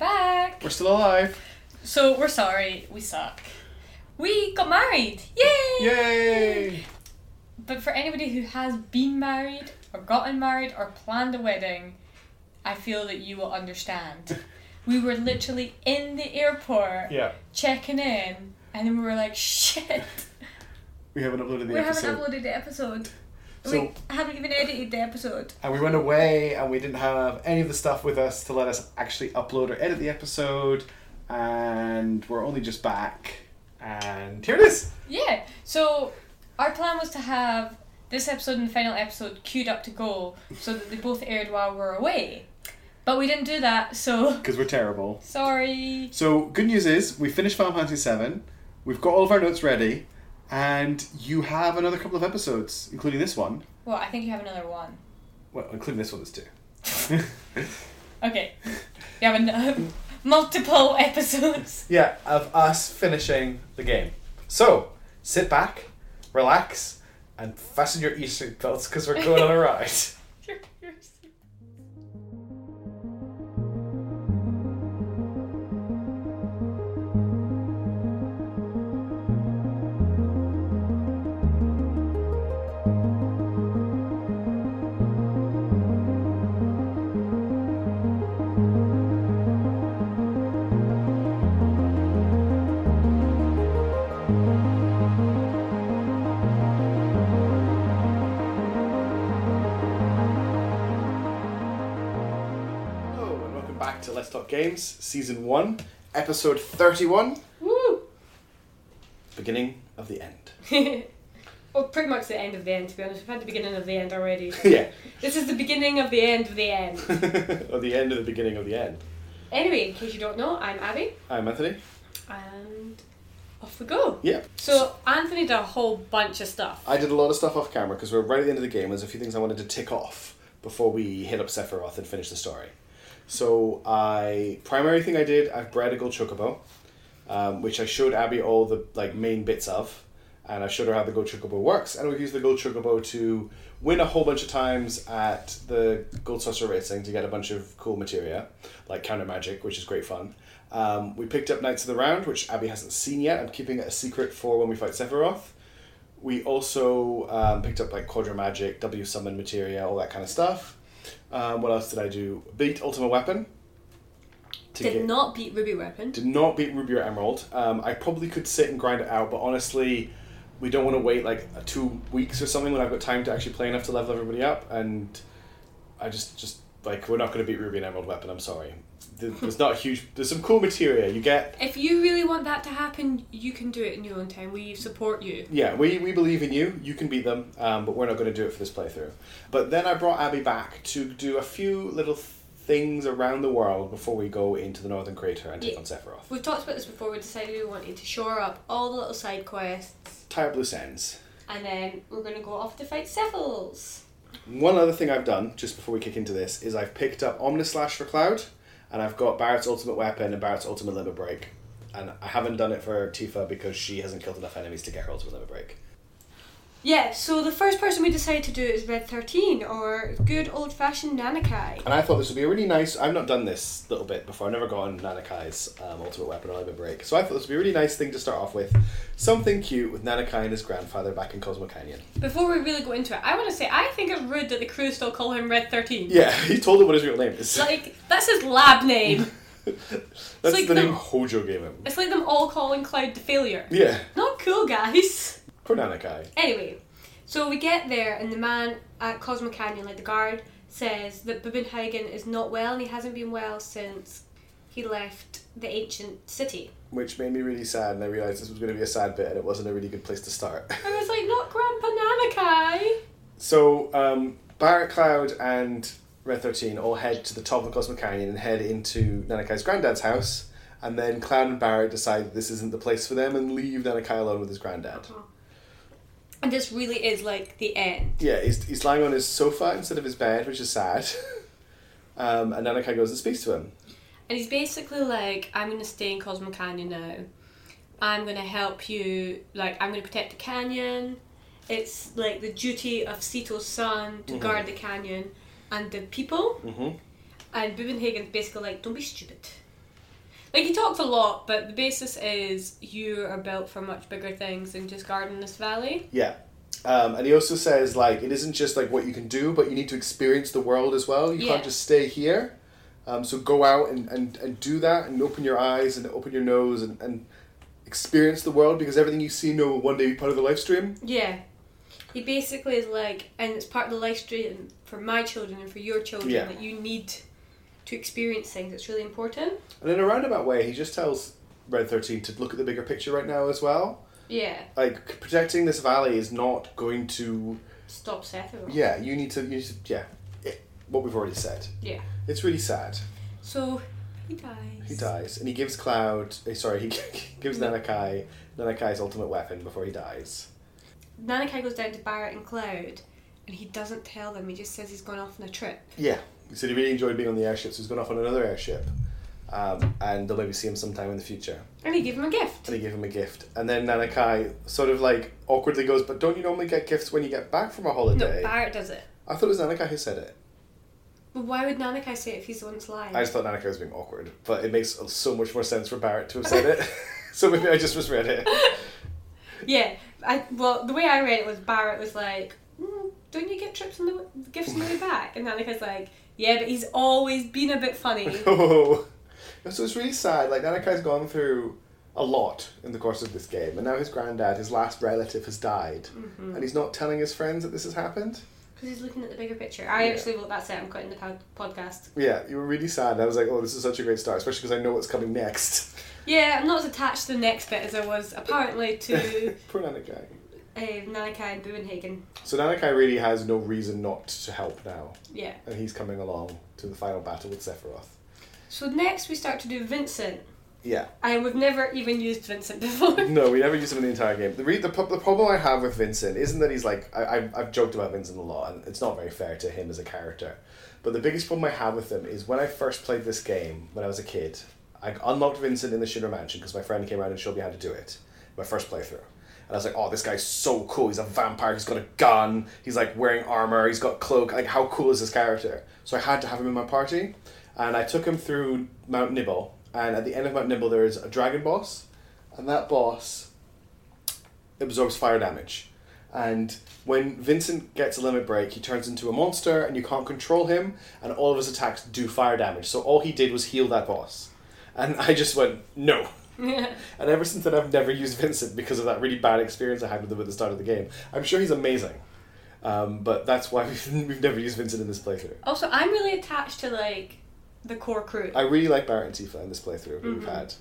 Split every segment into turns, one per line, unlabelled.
We're still alive.
So we're sorry, we suck. We got married! Yay!
Yay!
But for anybody who has been married, or gotten married, or planned a wedding, I feel that you will understand. we were literally in the airport
Yeah,
checking in, and then we were like, shit,
we haven't uploaded the
we
episode.
haven't uploaded the episode.
So-
we haven't even edited the episode.
and we went away and we didn't have any of the stuff with us to let us actually upload or edit the episode. And we're only just back. And here it is.
Yeah, so our plan was to have this episode and the final episode queued up to go so that they both aired while we're away. But we didn't do that, so
Because we're terrible.
sorry.
So, good news is we finished Final Fantasy VII. We've got all of our notes ready. And you have another couple of episodes, including this one.
Well, I think you have another one.
Well, including this one, there's two.
Okay. You have an, multiple episodes.
Yeah, of us finishing the game. So, sit back, relax, and fasten your e belts because we're going on a ride. Hello, and welcome back to Let's Talk Games, Season 1, Episode 31,
Woo!
beginning of the end.
well, pretty much the end of the end, to be honest. We've had the beginning of the end already.
yeah,
this is the beginning of the end of the end.
or the end of the beginning of the end.
Anyway, in case you don't know, I'm Abby,
I'm Anthony.
and off we go.
Yeah,
So, Anthony did a whole bunch of stuff.
I did a lot of stuff off camera because we're right at the end of the game. There's a few things I wanted to tick off before we hit up Sephiroth and finish the story. So I primary thing I did I bred a gold chocobo, um, which I showed Abby all the like main bits of, and I showed her how the gold chocobo works. And we used the gold chocobo to win a whole bunch of times at the gold saucer racing to get a bunch of cool materia, like counter magic, which is great fun. Um, we picked up Knights of the Round, which Abby hasn't seen yet. I'm keeping it a secret for when we fight Sephiroth. We also um, picked up like Quadra Magic, W Summon Materia, all that kind of stuff. Um, what else did I do? Beat Ultima Weapon. To
did
get-
not beat Ruby Weapon.
Did not beat Ruby or Emerald. Um, I probably could sit and grind it out, but honestly, we don't want to wait like two weeks or something when I've got time to actually play enough to level everybody up. And I just, just like, we're not going to beat Ruby and Emerald Weapon, I'm sorry. There- There's not a huge. There's some cool materia. You get
If you really want that to happen, you can do it in your own time. We support you.
Yeah, we, we believe in you. You can beat them, um, but we're not going to do it for this playthrough. But then I brought Abby back to do a few little things around the world before we go into the Northern Crater and take
Yeah.
on Sephiroth.
We've talked about this before. We decided we wanted to shore up all the little side quests,
Tie up loose ends.
and then we're going to go off to fight Cephals.
One other thing I've done, just before we kick into this, is I've picked up Omnislash for Cloud, and I've got Barrett's Ultimate Weapon and Barrett's Ultimate Limit Break. And I haven't done it for Tifa because she hasn't killed enough enemies to get her Ultimate Limit Break.
Yeah, so the first person we decide to do is Red 13, or good old fashioned Nanakai.
And I thought this would be a really nice. I've not done this little bit before. I've never gotten Nanakai's um, ultimate weapon or limit break. So I thought this would be a really nice thing to start off with. Something cute with Nanakai and his grandfather back in Cosmo Canyon.
Before we really go into it, I want to say I think it's rude that the crew still call him Red 13.
Yeah, he told him what his real name is.
Like, that's his lab name.
That's
like
the name
the-
Hojo gave him.
it's like them all calling Cloud the failure.
Yeah,
Not cool, guys.
poor Nanakai.
Anyway, so we get there, and the man at Cosmo Canyon, like the guard, says that Bubenhagen is not well, and he hasn't been well since he left the ancient city.
Which made me really sad, and I realised this was going to be a sad bit, and it wasn't a really good place to start.
I was like, not Grandpa Nanakai!
So um, Barrett Cloud and Red Thirteen all head to the top of Cosmo Canyon and head into Nanakai's granddad's house. And then Cloud and Barrett decide that this isn't the place for them and leave Nanakai alone with his granddad.
And this really is like the end.
Yeah, he's, he's lying on his sofa instead of his bed, which is sad. um, and Nanakai goes and speaks to him.
And he's basically like, I'm gonna stay in Cosmo Canyon now. I'm gonna help you. Like, I'm gonna protect the canyon. It's like the duty of Seto's son to guard the canyon and the people.
Mm-hmm.
And Bubenhagen's basically like, don't be stupid. Like he talks a lot, but the basis is you are built for much bigger things than just guarding this valley.
Yeah. Um, and he also says like it isn't just like what you can do, but you need to experience the world as well. You
Yeah.
can't just stay here. Um, so go out and, and, and do that and open your eyes and open your nose and, and experience the world because everything you see will one day be part of the live stream.
Yeah. He basically is like, and it's part of the life stream for my children and for your children
Yeah.
that you need to experience things. It's really important.
And in a roundabout way, he just tells Red Thirteen to look at the bigger picture right now as well.
Yeah.
Like protecting this valley is not going to
Stop Seth. everyone.
Yeah, you need to. You need to yeah, it, what we've already said.
Yeah.
It's really sad.
So he dies.
He dies, and he gives Cloud. eh, Sorry, he gives Nanakai Nanakai's ultimate weapon before he dies.
Nanakai goes down to Barrett and Cloud, and he doesn't tell them. He just says he's gone off on a trip.
Yeah, he said he really enjoyed being on the airship, so he's gone off on another airship, um, and they'll maybe see him sometime in the future.
And he gave him a gift.
And he gave him a gift, and then Nanakai sort of like awkwardly goes, "But don't you normally get gifts when you get back from a
No,
holiday?"
Barrett does it.
I thought it was Nanakai who said it.
But why would Nanakai say it if he's the one that's lying?
I just thought Nanakai was being awkward, but it makes so much more sense for Barrett to have said it. so maybe I just misread it.
Yeah, I well the way I read it was Barrett was like, mm, "Don't you get trips on the gifts on the way back?" And Nanika's like, "Yeah, but he's always been a bit funny."
Oh, so it's really sad. Like Nanakai's gone through a lot in the course of this game, and now his granddad, his last relative, has died, and he's not telling his friends that this has happened.
Because he's looking at the bigger picture. I
Yeah.
actually well that's it. I'm quitting the pod- podcast.
Yeah, you were really sad. I was like, oh, this is such a great start, especially because I know what's coming next.
Yeah, I'm not as attached to the next bit as I was apparently to
Poor Nanakai.
uh, Nanika and Buenhagen.
So Nanakai really has no reason not to help now,
Yeah.
and he's coming along to the final battle with Sephiroth.
So next we start to do Vincent.
Yeah.
I we've never even used Vincent before.
No, we never use him in the entire game. The, re- the, pro- the problem I have with Vincent isn't that he's like I, I've, I've joked about Vincent a lot, and it's not very fair to him as a character. But the biggest problem I have with him is when I first played this game when I was a kid, I unlocked Vincent in the Shinra Mansion because my friend came around and showed me how to do it. My first playthrough. And I was like, oh, this guy's so cool. He's a vampire. He's got a gun. He's like wearing armor. He's got cloak. Like, how cool is this character? So I had to have him in my party. And I took him through Mount Nibble. And at the end of Mount Nibble, there is a dragon boss. And that boss absorbs fire damage. And when Vincent gets a limit break, he turns into a monster and you can't control him, and all of his attacks do fire damage. So all he did was heal that boss. And I just went, no. And ever since then, I've never used Vincent because of that really bad experience I had with him at the start of the game. I'm sure he's amazing, um, but that's why we've, we've never used Vincent in this playthrough.
also, I'm really attached to like the core crew.
I really like Barrett and Tifa in this playthrough that we've had.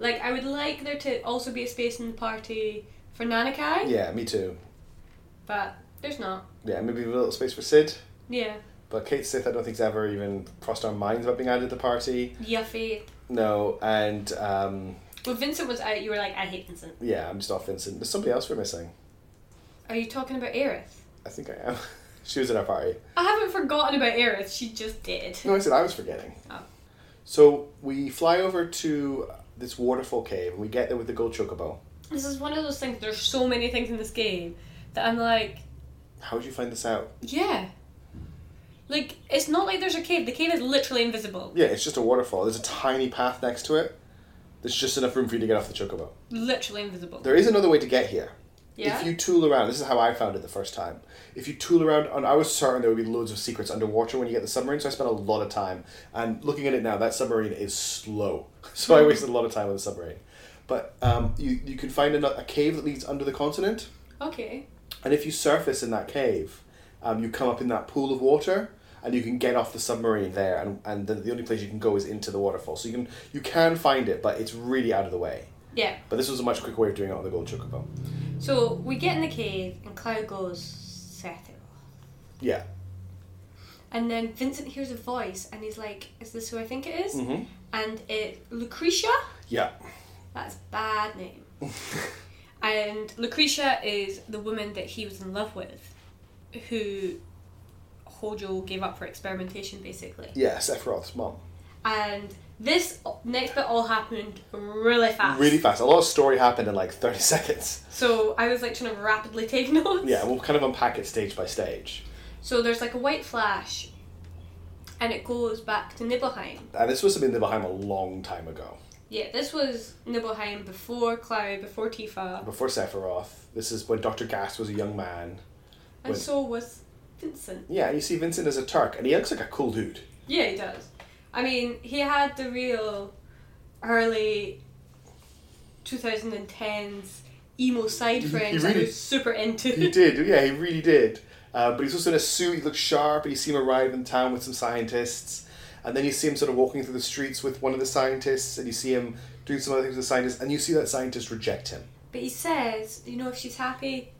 Like, I would like there to also be a space in the party for Nanakai,
Yeah, me too.
but there's not.
Yeah, maybe a little space for Sid.
Yeah.
But Kate Sith, I don't think's ever even crossed our minds about being added to the party.
Yuffie.
No, and um,
When Vincent was out, you were like, I hate Vincent.
yeah, I'm just off Vincent. There's somebody else we're missing.
Are you talking about Aerith?
I think I am. she was at our party.
I haven't forgotten about Aerith, she just did.
No, I said I was forgetting.
Oh.
So we fly over to this waterfall cave and we get there with the gold chocobo.
This is one of those things, there's so many things in this game that I'm like,
How would you find this out?
yeah. Like, it's not like there's a cave, the cave is literally invisible.
Yeah, it's just a waterfall. There's a tiny path next to it. There's just enough room for you to get off the chocobo.
Literally invisible.
There is another way to get here.
yeah?
If you tool around, this is how I found it the first time. If you tool around, and I was certain there would be loads of secrets underwater when you get the submarine, so I spent a lot of time. And looking at it now, that submarine is slow, so I wasted a lot of time on the submarine. But um, you you can find a, a cave that leads under the continent,
okay.
and if you surface in that cave, um, you come up in that pool of water, and you can get off the submarine there. And, and the, the only place you can go is into the waterfall, so you can you can find it, but it's really out of the way.
Yeah.
But this was a much quicker way of doing it on the Gold Chocobo.
So we get in the cave, and Cloud goes, Seth.
Yeah.
And then Vincent hears a voice, and he's like, Is this who I think it is?
Mhm.
And it, Lucretia?
Yeah.
That's a bad name. and Lucretia is the woman that he was in love with, who Hojo gave up for experimentation, basically.
Yeah, Sephiroth's mom.
And this next bit all happened really fast.
Really fast. A lot of story happened in like 30 seconds.
So I was like trying to rapidly take notes.
Yeah, we'll kind of unpack it stage by stage.
So there's like a white flash, and it goes back to Nibelheim.
And this was have been Nibelheim a long time ago.
Yeah, this was Nibelheim before Cloud, before Tifa,
Before Sephiroth, this is when Dr. Gast was a young man.
and
Wait.
so was Vincent.
Yeah, you see Vincent as a Turk, and he looks like a cool dude.
Yeah, he does. I mean, he had the real early 2010s emo side
He- he
friends that I
really-
was super
He
into.
did, yeah, he really did. Uh, but he's also in a suit, he looks sharp, and you see him arrive in town with some scientists. And then you see him sort of walking through the streets with one of the scientists, and you see him doing some other things with the scientists, and you see that scientist reject him.
But he says, you know, if she's happy,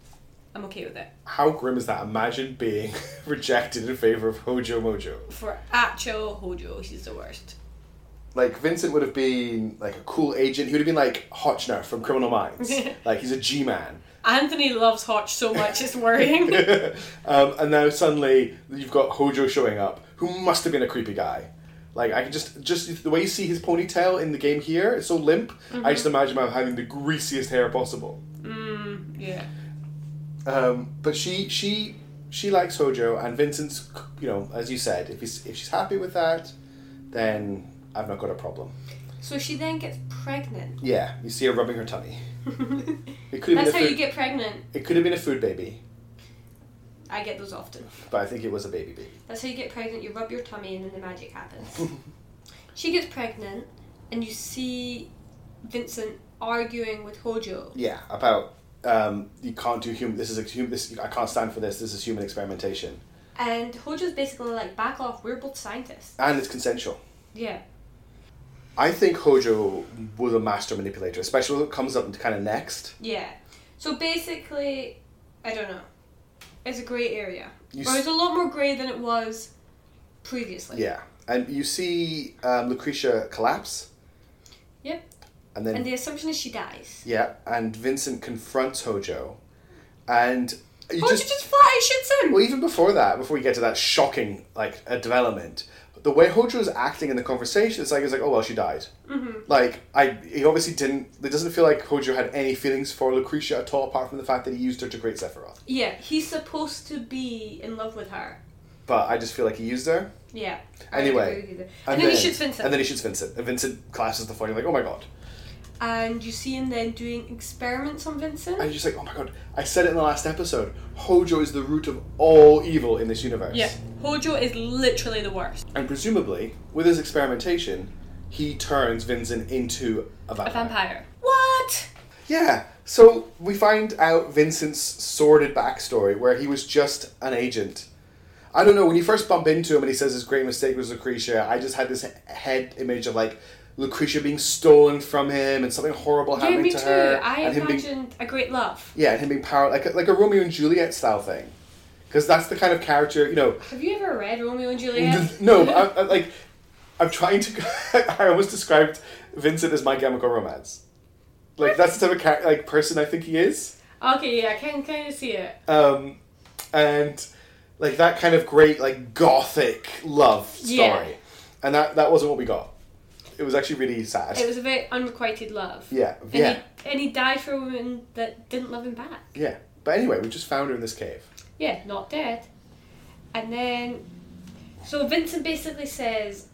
I'm okay with it.
How grim is that? Imagine being rejected in favor of Hojo Mojo.
For actual Hojo, she's the worst.
Like Vincent would have been like a cool agent. He would have been like Hotchner from Criminal Minds. like he's a G man.
Anthony loves Hotch so much, it's worrying.
um, and now suddenly you've got Hojo showing up, who must have been a creepy guy. Like I can just just the way you see his ponytail in the game here, it's so limp. I just imagine him having the greasiest hair possible.
Mm, yeah.
Um, but she she she likes Hojo, and Vincent's c- you know as you said, if he's if she's happy with that, then I've not got a problem.
So she then gets pregnant.
Yeah, you see her rubbing her tummy. It could have
That's
been
how
a
you
food,
get pregnant.
it could have been a food baby,
I get those often.
but I think it was a baby baby.
That's how you get pregnant. You rub your tummy and then the magic happens. she gets pregnant, and you see Vincent arguing with Hojo.
yeah about um, you can't do human this is a human this i can't stand for this this is human experimentation
And Hojo's basically like, back off, we're both scientists.
and it's consensual
Yeah.
i think hojo was a master manipulator especially when it comes up kind of next
Yeah. So basically, I don't know. It's a grey area.
you
Or it's
s-
a lot more grey than it was previously.
yeah and you see um, lucretia collapse
Yep.
and then
And the assumption is she dies.
yeah and vincent confronts hojo and you
Hojo
just
just, fly shoots him!
Well, even before that, before we get to that shocking like uh, development, the way Hojo is acting in the conversation, it's like it's like, oh well, she died. Mm-hmm. Like I, he obviously didn't. It doesn't feel like Hojo had any feelings for Lucretia at all, apart from the fact that he used her to create Sephiroth.
Yeah, he's supposed to be in love with her.
But I just feel like he used her.
Yeah.
Anyway,
I agree with you there. and, then, he shoots Vincent.
And
And,
then he shoots Vincent. And Vincent clashes the phone. You're like, oh my god.
you see him then doing experiments on Vincent.
And you're just like, oh my god. I said it in the last episode. Hojo is the root of all evil in this universe.
yeah. Hojo is literally the worst.
And presumably, with his experimentation, he turns Vincent into a vampire.
A vampire. What?
Yeah. So we find out Vincent's sordid backstory, where he was just an agent. I don't know. When you first bump into him and he says his great mistake was Lucretia, I just had this he- head image of like Lucretia being stolen from him and something horrible
Yeah,
happening
me
to
too.
her,
I
and him
imagined
being
a great love.
yeah, and him being power like a, like a Romeo and Juliet style thing, because that's the kind of character you know.
Have you ever read Romeo and Juliet?
No, I, I, like I'm trying to. I almost described Vincent as my chemical romance. Like that's the type of char- like person I think he is.
okay, yeah, I can kind of see it.
um, and like that kind of great like gothic love story
Yeah.
and that that wasn't what we got it was actually really sad
It was a very unrequited love.
yeah
And,
yeah
he, and he died for a woman that didn't love him back.
yeah but anyway we just found her in this cave
Yeah, not dead. And then, so Vincent basically says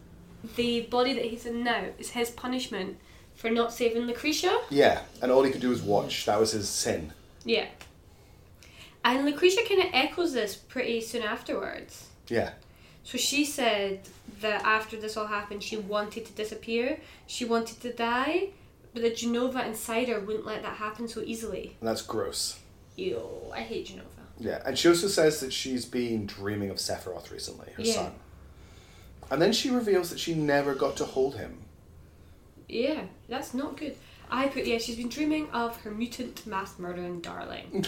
the body that he's in now is his punishment for not saving Lucretia.
yeah and all he could do was watch that was his sin
Yeah. And Lucretia kind of echoes this pretty soon afterwards.
yeah
So she said that after this all happened, she wanted to disappear, she wanted to die, but the Genova insider wouldn't let that happen so easily.
and that's gross
Ew, I hate Genova.
yeah and she also says that she's been dreaming of sephiroth recently her
Yeah.
son and then she reveals that she never got to hold him
Yeah, that's not good. I put, yeah, she's been dreaming of her mutant mass murdering darling.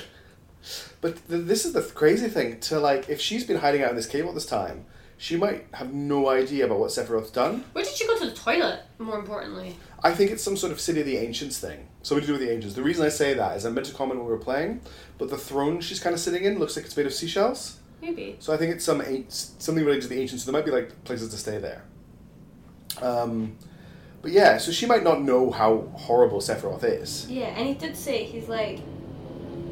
But th- this is the th- crazy thing to like, if she's been hiding out in this cave all this time, she might have no idea about what Sephiroth's done.
Where did she go to the toilet? More importantly,
I think it's some sort of City of the Ancients thing. Something to do with the Ancients. The reason I say that is I meant to comment when we were playing, but the throne she's kind of sitting in looks like it's made of seashells.
maybe.
So I think it's some an- something related to the Ancients, so there might be like places to stay there. Um, but yeah, so she might not know how horrible Sephiroth is.
Yeah, and he did say he's like,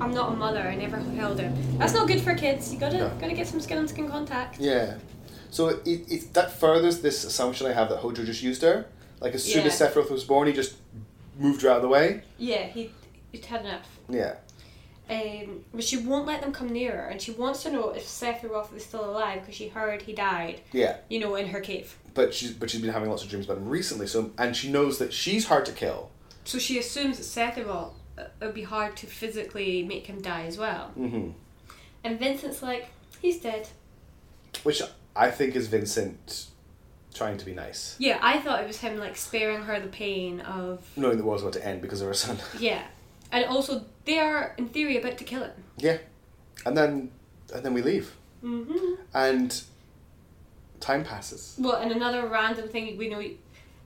I'm not a mother. I never held her. That's not good for kids. You gotta
No.
gotta get some skin on skin contact.
Yeah. So it, it, that furthers this assumption I have that Hojo just used her. Like as soon as
Yeah.
Sephiroth was born, he just moved her out of the way.
Yeah, he he'd had enough.
Yeah.
Um, but she won't let them come near her, and she wants to know if Sephiroth is still alive because she heard he died.
Yeah.
You know, in her cave.
But she's but she's been having lots of dreams about him recently. So and she knows that she's hard to kill.
So she assumes that Sephiroth uh, it would be hard to physically make him die as well.
Mm-hmm.
And Vincent's like, he's dead.
Which I think is Vincent trying to be nice,
Yeah, I thought it was him like sparing her the pain of
knowing the world's about to end because of her son.
yeah, and also they are in theory about to kill him.
yeah. And then and then we leave,
hmm
and time passes.
Well, and another random thing we know,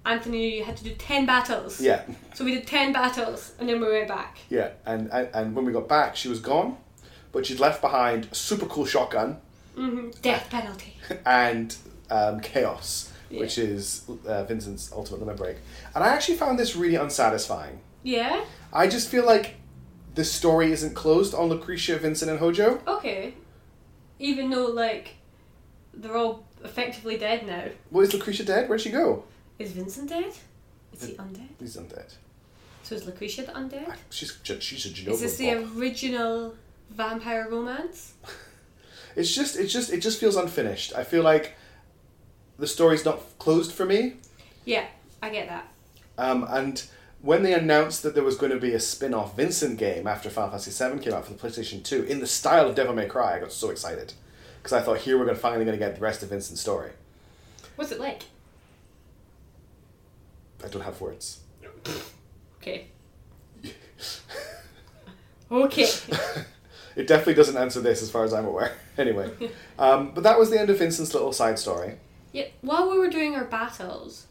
Anthony knew you had to do ten battles.
Yeah.
So we did ten battles, and then we went back.
Yeah, and, and and when we got back, she was gone, but she'd left behind a super cool shotgun
hmm Death penalty.
and um, chaos,
Yeah.
which is uh, Vincent's ultimate limit break. And I actually found this really unsatisfying.
Yeah.
I just feel like the story isn't closed on Lucretia, Vincent, and Hojo.
Okay. Even though like they're all effectively dead now,
Well, is Lucretia dead? Where'd she go?
is Vincent dead? Is he undead?
He's undead.
So is Lucretia the undead?
I- She's ju- she's a
Is this the
Ginobili.
original vampire romance?
it's just it's just it just feels unfinished. I feel like the story's not closed for me.
Yeah, I get that.
Um, and when they announced that there was going to be a spin-off Vincent game after Final Fantasy VII came out for the PlayStation 2 in the style of Devil May Cry, I got so excited because I thought here we're going to finally going to get the rest of Vincent's story.
What's it like?
I don't have words.
Okay. Okay.
It definitely doesn't answer this as far as I'm aware. anyway, um, but that was the end of Vincent's little side story.
Yeah. While we were doing our battles,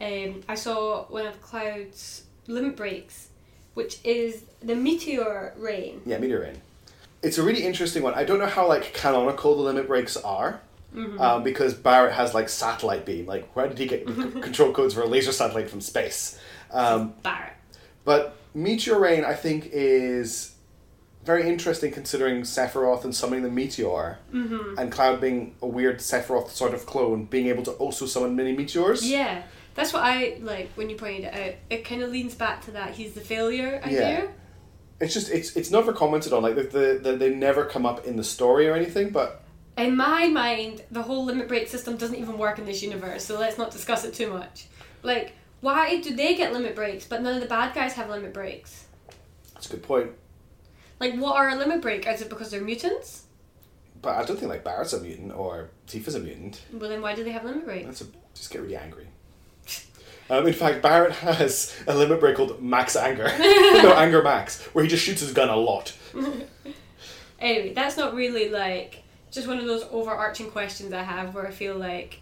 um, I saw one of Cloud's limit breaks, which is the meteor rain.
Yeah, Meteor Rain. It's a really interesting one. I don't know how like canonical the limit breaks are. Um, because Barrett has like satellite beam, like where did he get c- control codes for a laser satellite from space? Um,
Barrett.
But Meteor Rain, I think, is very interesting considering Sephiroth and summoning the meteor, and Cloud being a weird Sephiroth sort of clone, being able to also summon mini meteors.
Yeah, that's what I like when you pointed it out. It kind of leans back to that he's the failure idea.
It's just it's it's never commented on. Like the, the, the they never come up in the story or anything. But
In my mind, the whole limit break system doesn't even work in this universe, so let's not discuss it too much. Like, why do they get limit breaks but none of the bad guys have limit breaks?
it's a good point.
Like, what are a limit break? Is it because they're mutants?
But I don't think like Barrett's a mutant or Tifa's a mutant.
Well, then why do they have limit breaks?
That's a, just get really angry. Um, in fact, Barrett has a limit break called Max Anger. no, Anger Max, where he just shoots his gun a lot.
Anyway, that's not really like just one of those overarching questions I have where I feel like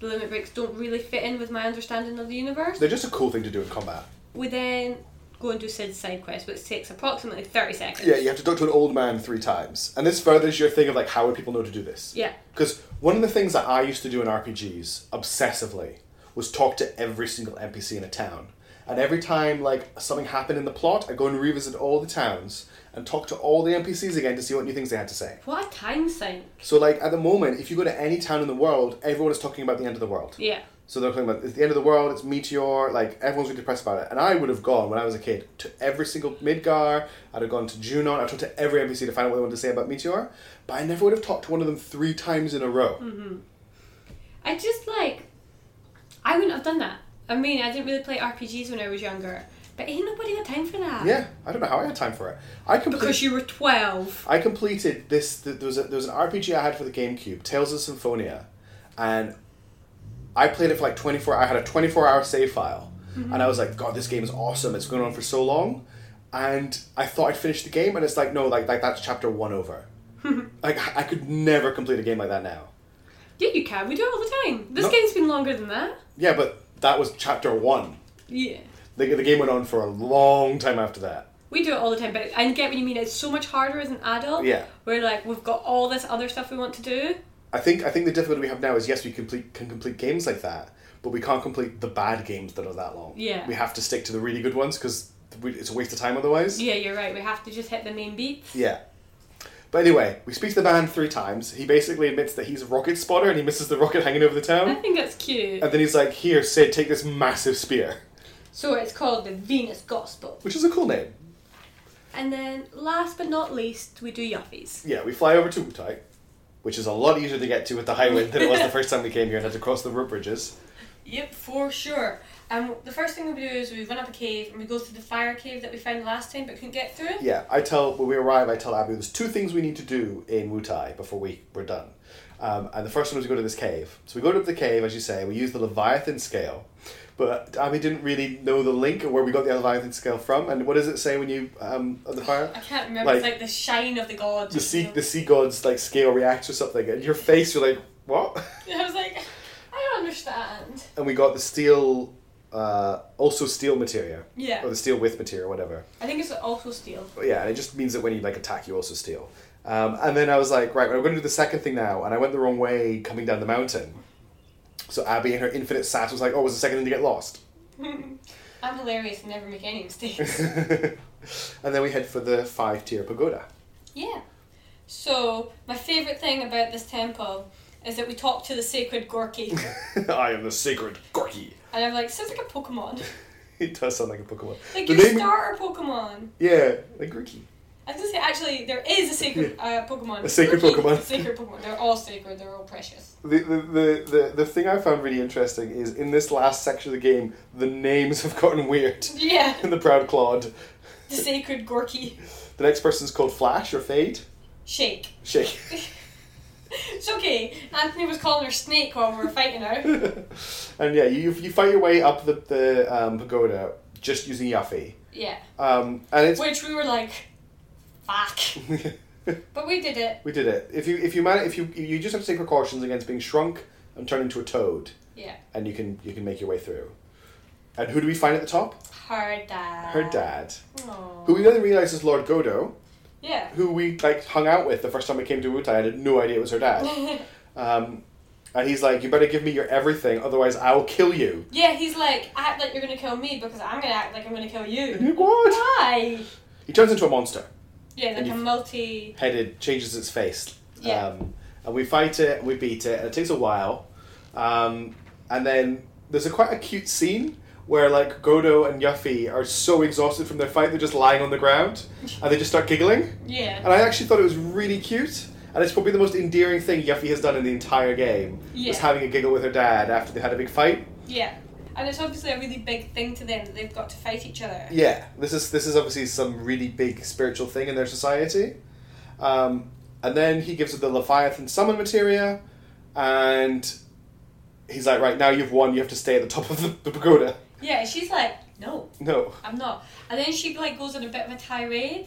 the limit breaks don't really fit in with my understanding of the universe.
They're just a cool thing to do in combat.
We then go and do Sid's side quest, which takes approximately 30 seconds.
Yeah, you have to talk to an old man three times. And this furthers your thing of like, how would people know to do this?
Yeah.
Because one of the things that I used to do in RPGs obsessively was talk to every single NPC in a town. And every time like something happened in the plot, I go and revisit all the towns and talk to all the NPCs again to see what new things they had to say.
What a time sink.
So like at the moment, if you go to any town in the world, everyone is talking about the end of the world.
Yeah.
So they're talking about it's the end of the world, it's meteor, like everyone's really depressed about it. And I would have gone when I was a kid to every single Midgar, I'd have gone to Junon, I'd talked to every NPC to find out what they wanted to say about Meteor, but I never would have talked to one of them three times in a row.
I just like, I wouldn't have done that. I mean, I didn't really play RPGs when I was younger, but ain't nobody got time for that.
Yeah, I don't know how I had time for it. I completed
Because you were 12.
I completed this th- there was a, there was an RPG I had for the GameCube, Tales of Symphonia, and I played it for like 24 I had a 24 hour save file. And I was like, God, this game is awesome. It's going on for so long. And I thought I'd finished the game, and it's like, no, like, like that's chapter one over. like, I I could never complete a game like that now.
Yeah, you can. We do it all the time. This
No.
game's been longer than that.
Yeah, but that was chapter one.
Yeah.
The, the game went on for a long time after that.
We do it all the time, but I get what you mean. It's so much harder as an adult.
Yeah.
We're like, we've got all this other stuff we want to do.
I think I think the difficulty we have now is yes, we complete can complete games like that, but we can't complete the bad games that are that long.
Yeah.
we have to stick to the really good ones because it's a waste of time otherwise.
Yeah, you're right. We have to just hit the main beats.
Yeah. But anyway, we speak to the man three times. He basically admits that he's a rocket spotter and he misses the rocket hanging over the
I
town.
think that's cute.
And then he's like, "Here, Sid, take this massive spear,"
So it's called the Venus Gospel.
which is a cool name.
And then, last but not least, we do Yuppies.
Yeah, we fly over to Wutai, which is a lot easier to get to with the high wind than it was the first time we came here and had to cross the rope bridges.
Yep, for sure. Um, the first thing we do is we run up a cave and we go through the fire cave that we found last time but couldn't get through.
Yeah, I tell when we arrive, I tell Abu there's two things we need to do in Wutai before we we're done. Um, and the first one was to go to this cave. So we go to the cave, as you say. We use the Leviathan scale, but Abby didn't really know the link or where we got the Leviathan scale from. And what does it say when you um, on the fire?
I can't remember. it's
Like-
like the shine of the gods.
The sea, the sea god's like scale reacts or something, and your face, you're like, what?
I was like, I don't understand.
And we got the steel, uh, also steel material,
Yeah.
or Oh, the steel with material, whatever.
I think it's also steel.
But yeah, and it just means that when you like attack, you also steal. Um, and then I was like, right, I'm going to do the second thing now, and I went the wrong way coming down the mountain. So Abby and her infinite sass was like, oh, was the second thing to get lost.
I'm hilarious and never make any mistakes.
and then we head for the five tier pagoda.
yeah. So, my favourite thing about this temple is that we talk to the sacred Gorky.
I am the sacred Gorky.
and I'm like, sounds like a Pokemon.
It does sound like a Pokemon.
Like
The
your
name-
starter Pokemon.
Yeah, like Gorky.
I was gonna say, actually, there is a sacred uh, Pokemon.
A sacred
Gorky.
Pokemon.
sacred Pokemon. They're all sacred, they're all precious.
The, the, the, the, the thing I found really interesting is in this last section of the game, the names have gotten weird.
Yeah,
And the Proud Claude.
the sacred Gorky.
The next person's called Flash or Fade.
Shake.
Shake.
It's okay. Anthony was calling her Snake while we were fighting her.
and yeah, you, you fight your way up the, the um, pagoda just using Yuffie.
Yeah.
Um, and
Which we were like, fuck.
it's
But we did it.
we did it. If you if you man if you you just have to take precautions against being shrunk and turned into a toad,
Yeah.
and you can you can make your way through. And who do we find at the top?
Her dad.
Her dad,
Aw.
who we then realize is Lord Godo,
Yeah.
who we like hung out with the first time we came to Wutai. I had no idea it was her dad. Um, and he's like, "You better give me your everything, otherwise I'll kill you."
yeah, he's like, act like you're gonna kill me because I'm gonna act like I'm gonna kill
And
you.
you're like, what?
Why?
He turns into a monster.
Yeah,
And
like a
you-
multi.
headed changes its face.
Yeah.
Um, and we fight it, we beat it, and it takes a while. Um, and then there's a quite a cute scene where like Godo and Yuffie are so exhausted from their fight they're just lying on the ground and they just start giggling.
Yeah.
And I actually thought it was really cute. And it's probably the most endearing thing Yuffie has done in the entire game. Was
Yeah.
having a giggle with her dad after they had a big fight.
Yeah. And it's obviously a really big thing to them that they've got to fight each other.
Yeah, this is this is obviously some really big spiritual thing in their society. Um, and then he gives her the Leviathan summon materia, and he's like, "Right now you've won. You have to stay at the top of the, the pagoda."
Yeah, she's like, no,
No,
I'm not. And then she like goes on a bit of a tirade.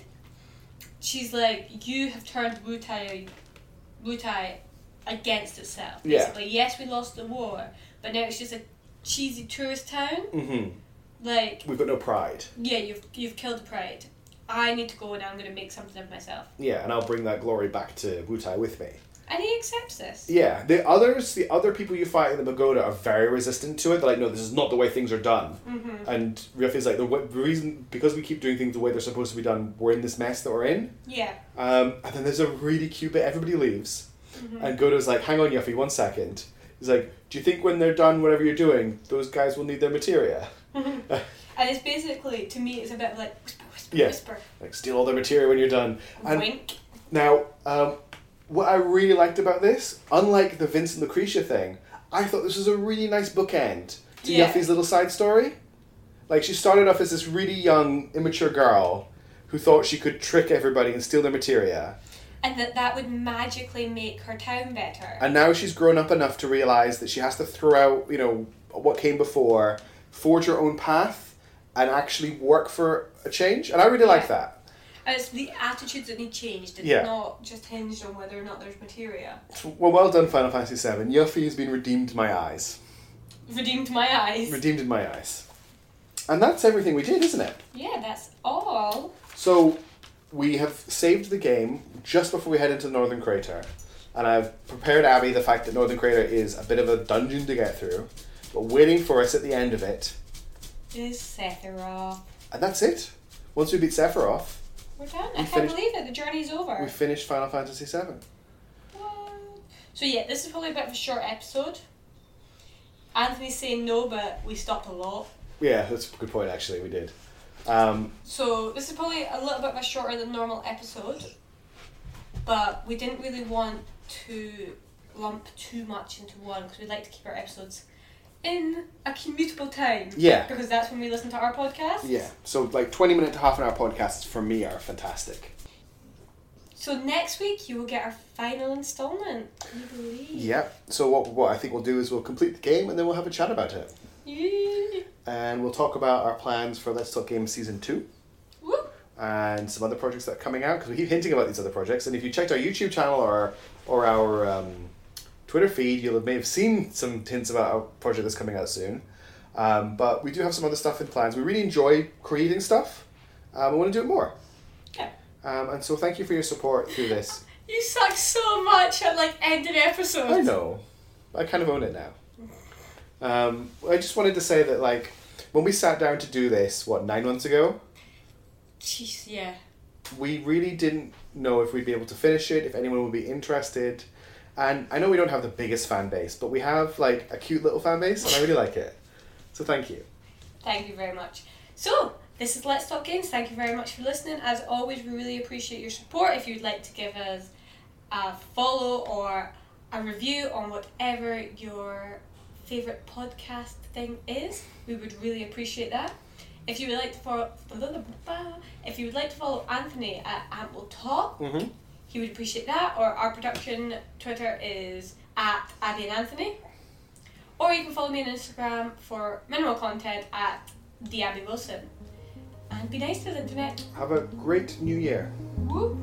She's like, you have turned Wu Tai, Wu Tai against itself.
Yeah.
Basically, yes, we lost the war, but now it's just a cheesy tourist town.
mm-hmm.
Like,
we've got no pride.
yeah, you've you've killed the pride. I need to go and I'm gonna make something of myself.
Yeah, and I'll bring that glory back to Wutai with me.
And he accepts this.
Yeah, the others, the other people you fight in the pagoda are very resistant to it. They're like, "No, this is not the way things are done."
Mm-hmm.
And Ryuffie's like, "The wa- the reason because we keep doing things the way they're supposed to be done, we're in this mess that we're in."
Yeah.
Um, and then there's a really cute bit. Everybody leaves, and Godo's like, "Hang on, Yuffie, one second. He's like, "Do you think when they're done, whatever you're doing, those guys will need their materia?
And it's basically to me it's a bit like whisper, whisper,
Yeah.
whisper,
Like, steal all their materia when you're done." And
wink.
now, um, what I really liked about this, unlike the Vince and Lucretia thing, I thought this was a really nice bookend to
Yeah.
Yuffie's little side story. Like, she started off as this really young, immature girl who thought she could trick everybody and steal their materia.
And that that would magically make her town better.
And now she's grown up enough to realize that she has to throw out, you know, what came before, forge her own path, and actually work for a change. And I really like
Yeah.
that.
And it's the attitudes that need changed. It's
Yeah.
not just hinged on whether or not there's materia.
Well, well done, Final Fantasy VII. Yuffie has been redeemed in my eyes.
Redeemed my eyes.
Redeemed in my eyes. And that's everything we did, isn't it?
yeah, that's all.
So we have saved the game just before we head into the Northern Crater, and I've prepared Abby the fact that Northern Crater is a bit of a dungeon to get through, but waiting for us at the end of it
Is Sephiroth.
And that's it. Once we beat Sephiroth,
We're done.
We
I can't
finished-
believe it. The journey's over.
We finished Final Fantasy VII.
What? So yeah, this is probably a bit of a short episode. Anthony's saying no, but we stopped a lot.
Yeah, that's a good point. Actually, we did. Um,
So this is probably a little bit of a shorter than normal episode, but we didn't really want to lump too much into one because we like to keep our episodes in a commutable time
yeah,
because that's when we listen to our podcast.
yeah. So like twenty minute to half an hour podcasts for me are fantastic.
So next week you will get our final installment. Can you believe?
Yeah. So what what I think we'll do is we'll complete the game and then we'll have a chat about it,
Yeah.
and we'll talk about our plans for Let's Talk Game season two.
Woo.
and some other projects that are coming out because we keep hinting about these other projects. And if you checked our YouTube channel or or our um, Twitter feed, you'll have may have seen some hints about our project that's coming out soon. Um, but we do have some other stuff in plans. We really enjoy creating stuff. Um, we want to do it more.
Yeah.
Um, and so thank you for your support through this.
You suck so much at like ending episodes.
I know. I kind of own it now. Um, I just wanted to say that like when we sat down to do this, what nine months ago,
Jeez, yeah.
we really didn't know if we'd be able to finish it, if anyone would be interested. And I know we don't have the biggest fan base, but we have like a cute little fan base, and I really like it. So thank you.
Thank you very much. So, this is Let's Talk Games. Thank you very much for listening. As always, we really appreciate your support. If you'd like to give us a follow or a review on whatever your favourite podcast thing is, we would really appreciate that. If you would like to follow, if you would like to follow Anthony at Ample Talk,
Mm-hmm.
he would appreciate that. Or our production Twitter is at Abby and Anthony. Or you can follow me on Instagram for minimal content at the Abby Wilson. And be nice to the internet.
Have a great new year.
Woo!